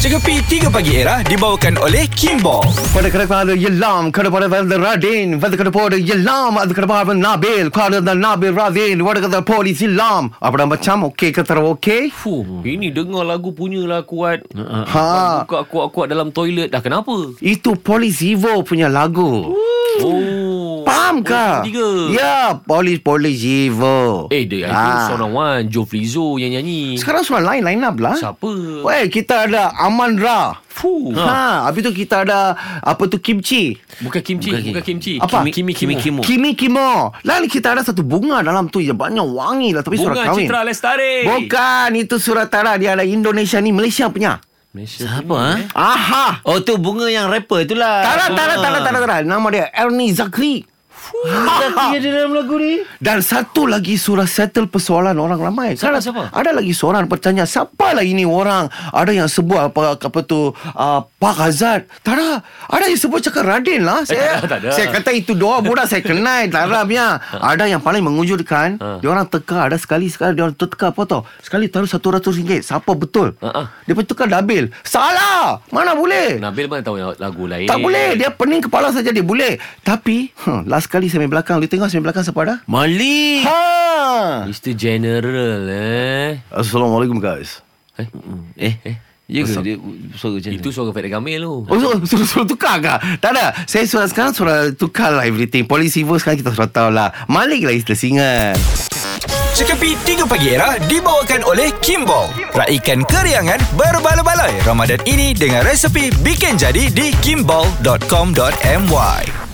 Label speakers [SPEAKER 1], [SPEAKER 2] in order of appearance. [SPEAKER 1] Cekapi 3 Pagi Era dibawakan oleh Kimball.
[SPEAKER 2] Pada kada pada yelam kada pada pada radin pada kada pada yelam pada kada pada nabil kada pada nabil radin pada kada polis yelam apa macam okey ke tera okey
[SPEAKER 3] Fuh,
[SPEAKER 4] Hmm.
[SPEAKER 3] ini dengar lagu punya lah kuat.
[SPEAKER 2] ha
[SPEAKER 3] Kuat-kuat-kuat dalam toilet dah. Kenapa?
[SPEAKER 2] itu polis Evo punya lagu
[SPEAKER 3] Oh.
[SPEAKER 2] faham ke
[SPEAKER 3] tiga.
[SPEAKER 2] ya polis polis Evo
[SPEAKER 3] Eh, dia ha. itu seorang one. Joe Flizzo yang nyanyi.
[SPEAKER 2] sekarang suara lain lain up lah
[SPEAKER 3] Siapa?
[SPEAKER 2] Weh, kita ada Amandra.
[SPEAKER 3] Fuh.
[SPEAKER 2] Ha. ha, habis tu kita ada apa tu kimchi.
[SPEAKER 3] Bukan kimchi, bukan, kimchi.
[SPEAKER 2] Apa?
[SPEAKER 3] Kimi, kimi, kimi.
[SPEAKER 2] Kimi Kimo. Lalu kita ada satu bunga dalam tu yang banyak wangi lah tapi surat
[SPEAKER 3] Bunga
[SPEAKER 2] kahwin.
[SPEAKER 3] Citra Lestari.
[SPEAKER 2] Bukan itu surat tara dia ada Indonesia ni Malaysia punya.
[SPEAKER 3] Malaysia
[SPEAKER 4] Siapa ha?
[SPEAKER 2] Aha.
[SPEAKER 4] Oh tu bunga yang rapper tu lah.
[SPEAKER 2] Tara tara tara tara tara. Nama dia Ernie Zakri.
[SPEAKER 4] Dia ada dalam lagu ni.
[SPEAKER 2] Dan satu lagi surah settle persoalan orang ramai.
[SPEAKER 3] Siapa,
[SPEAKER 2] Ada-
[SPEAKER 3] siapa?
[SPEAKER 2] Ada lagi seorang bertanya, siapa lah ini orang? Ada yang sebut apa apa tu uh, Pak Hazard. Tara, ada yang sebut cakap Radin lah. Saya,
[SPEAKER 3] tak ada, Eh, tak ada. Ha.
[SPEAKER 2] saya kata itu doa budak saya kenal Tara punya. Ada yang paling mengujudkan, dia orang teka ada sekali sekali dia orang teka apa tau. Sekali taruh RM100. Siapa betul?
[SPEAKER 3] Ha, ha.
[SPEAKER 2] Dia pun tukar Nabil. Salah. Mana boleh?
[SPEAKER 3] Nabil mana tahu lagu lain.
[SPEAKER 2] Tak boleh Dia pening kepala saja Dia boleh Tapi huh, Last kali saya main belakang Lu tengok saya main belakang Siapa ada
[SPEAKER 4] Malik.
[SPEAKER 2] Ha.
[SPEAKER 3] Mr. General eh.
[SPEAKER 2] Assalamualaikum guys.
[SPEAKER 3] eh?
[SPEAKER 4] Eh. eh. Ya ke
[SPEAKER 3] Asal-
[SPEAKER 4] dia suara macam
[SPEAKER 3] Itu suara Fadil Kamil tu.
[SPEAKER 2] Oh, suruh, suruh, suruh tukar ke? Tak ada. Saya suruh sekarang suruh tukar lah everything. Polisi pun sekarang kita suruh tahu lah. Malik lah istilah singan.
[SPEAKER 1] Cekapi 3 Pagi Era dibawakan oleh Kimball. Raikan keriangan berbaloi-baloi Ramadan ini dengan resepi bikin jadi di kimball.com.my.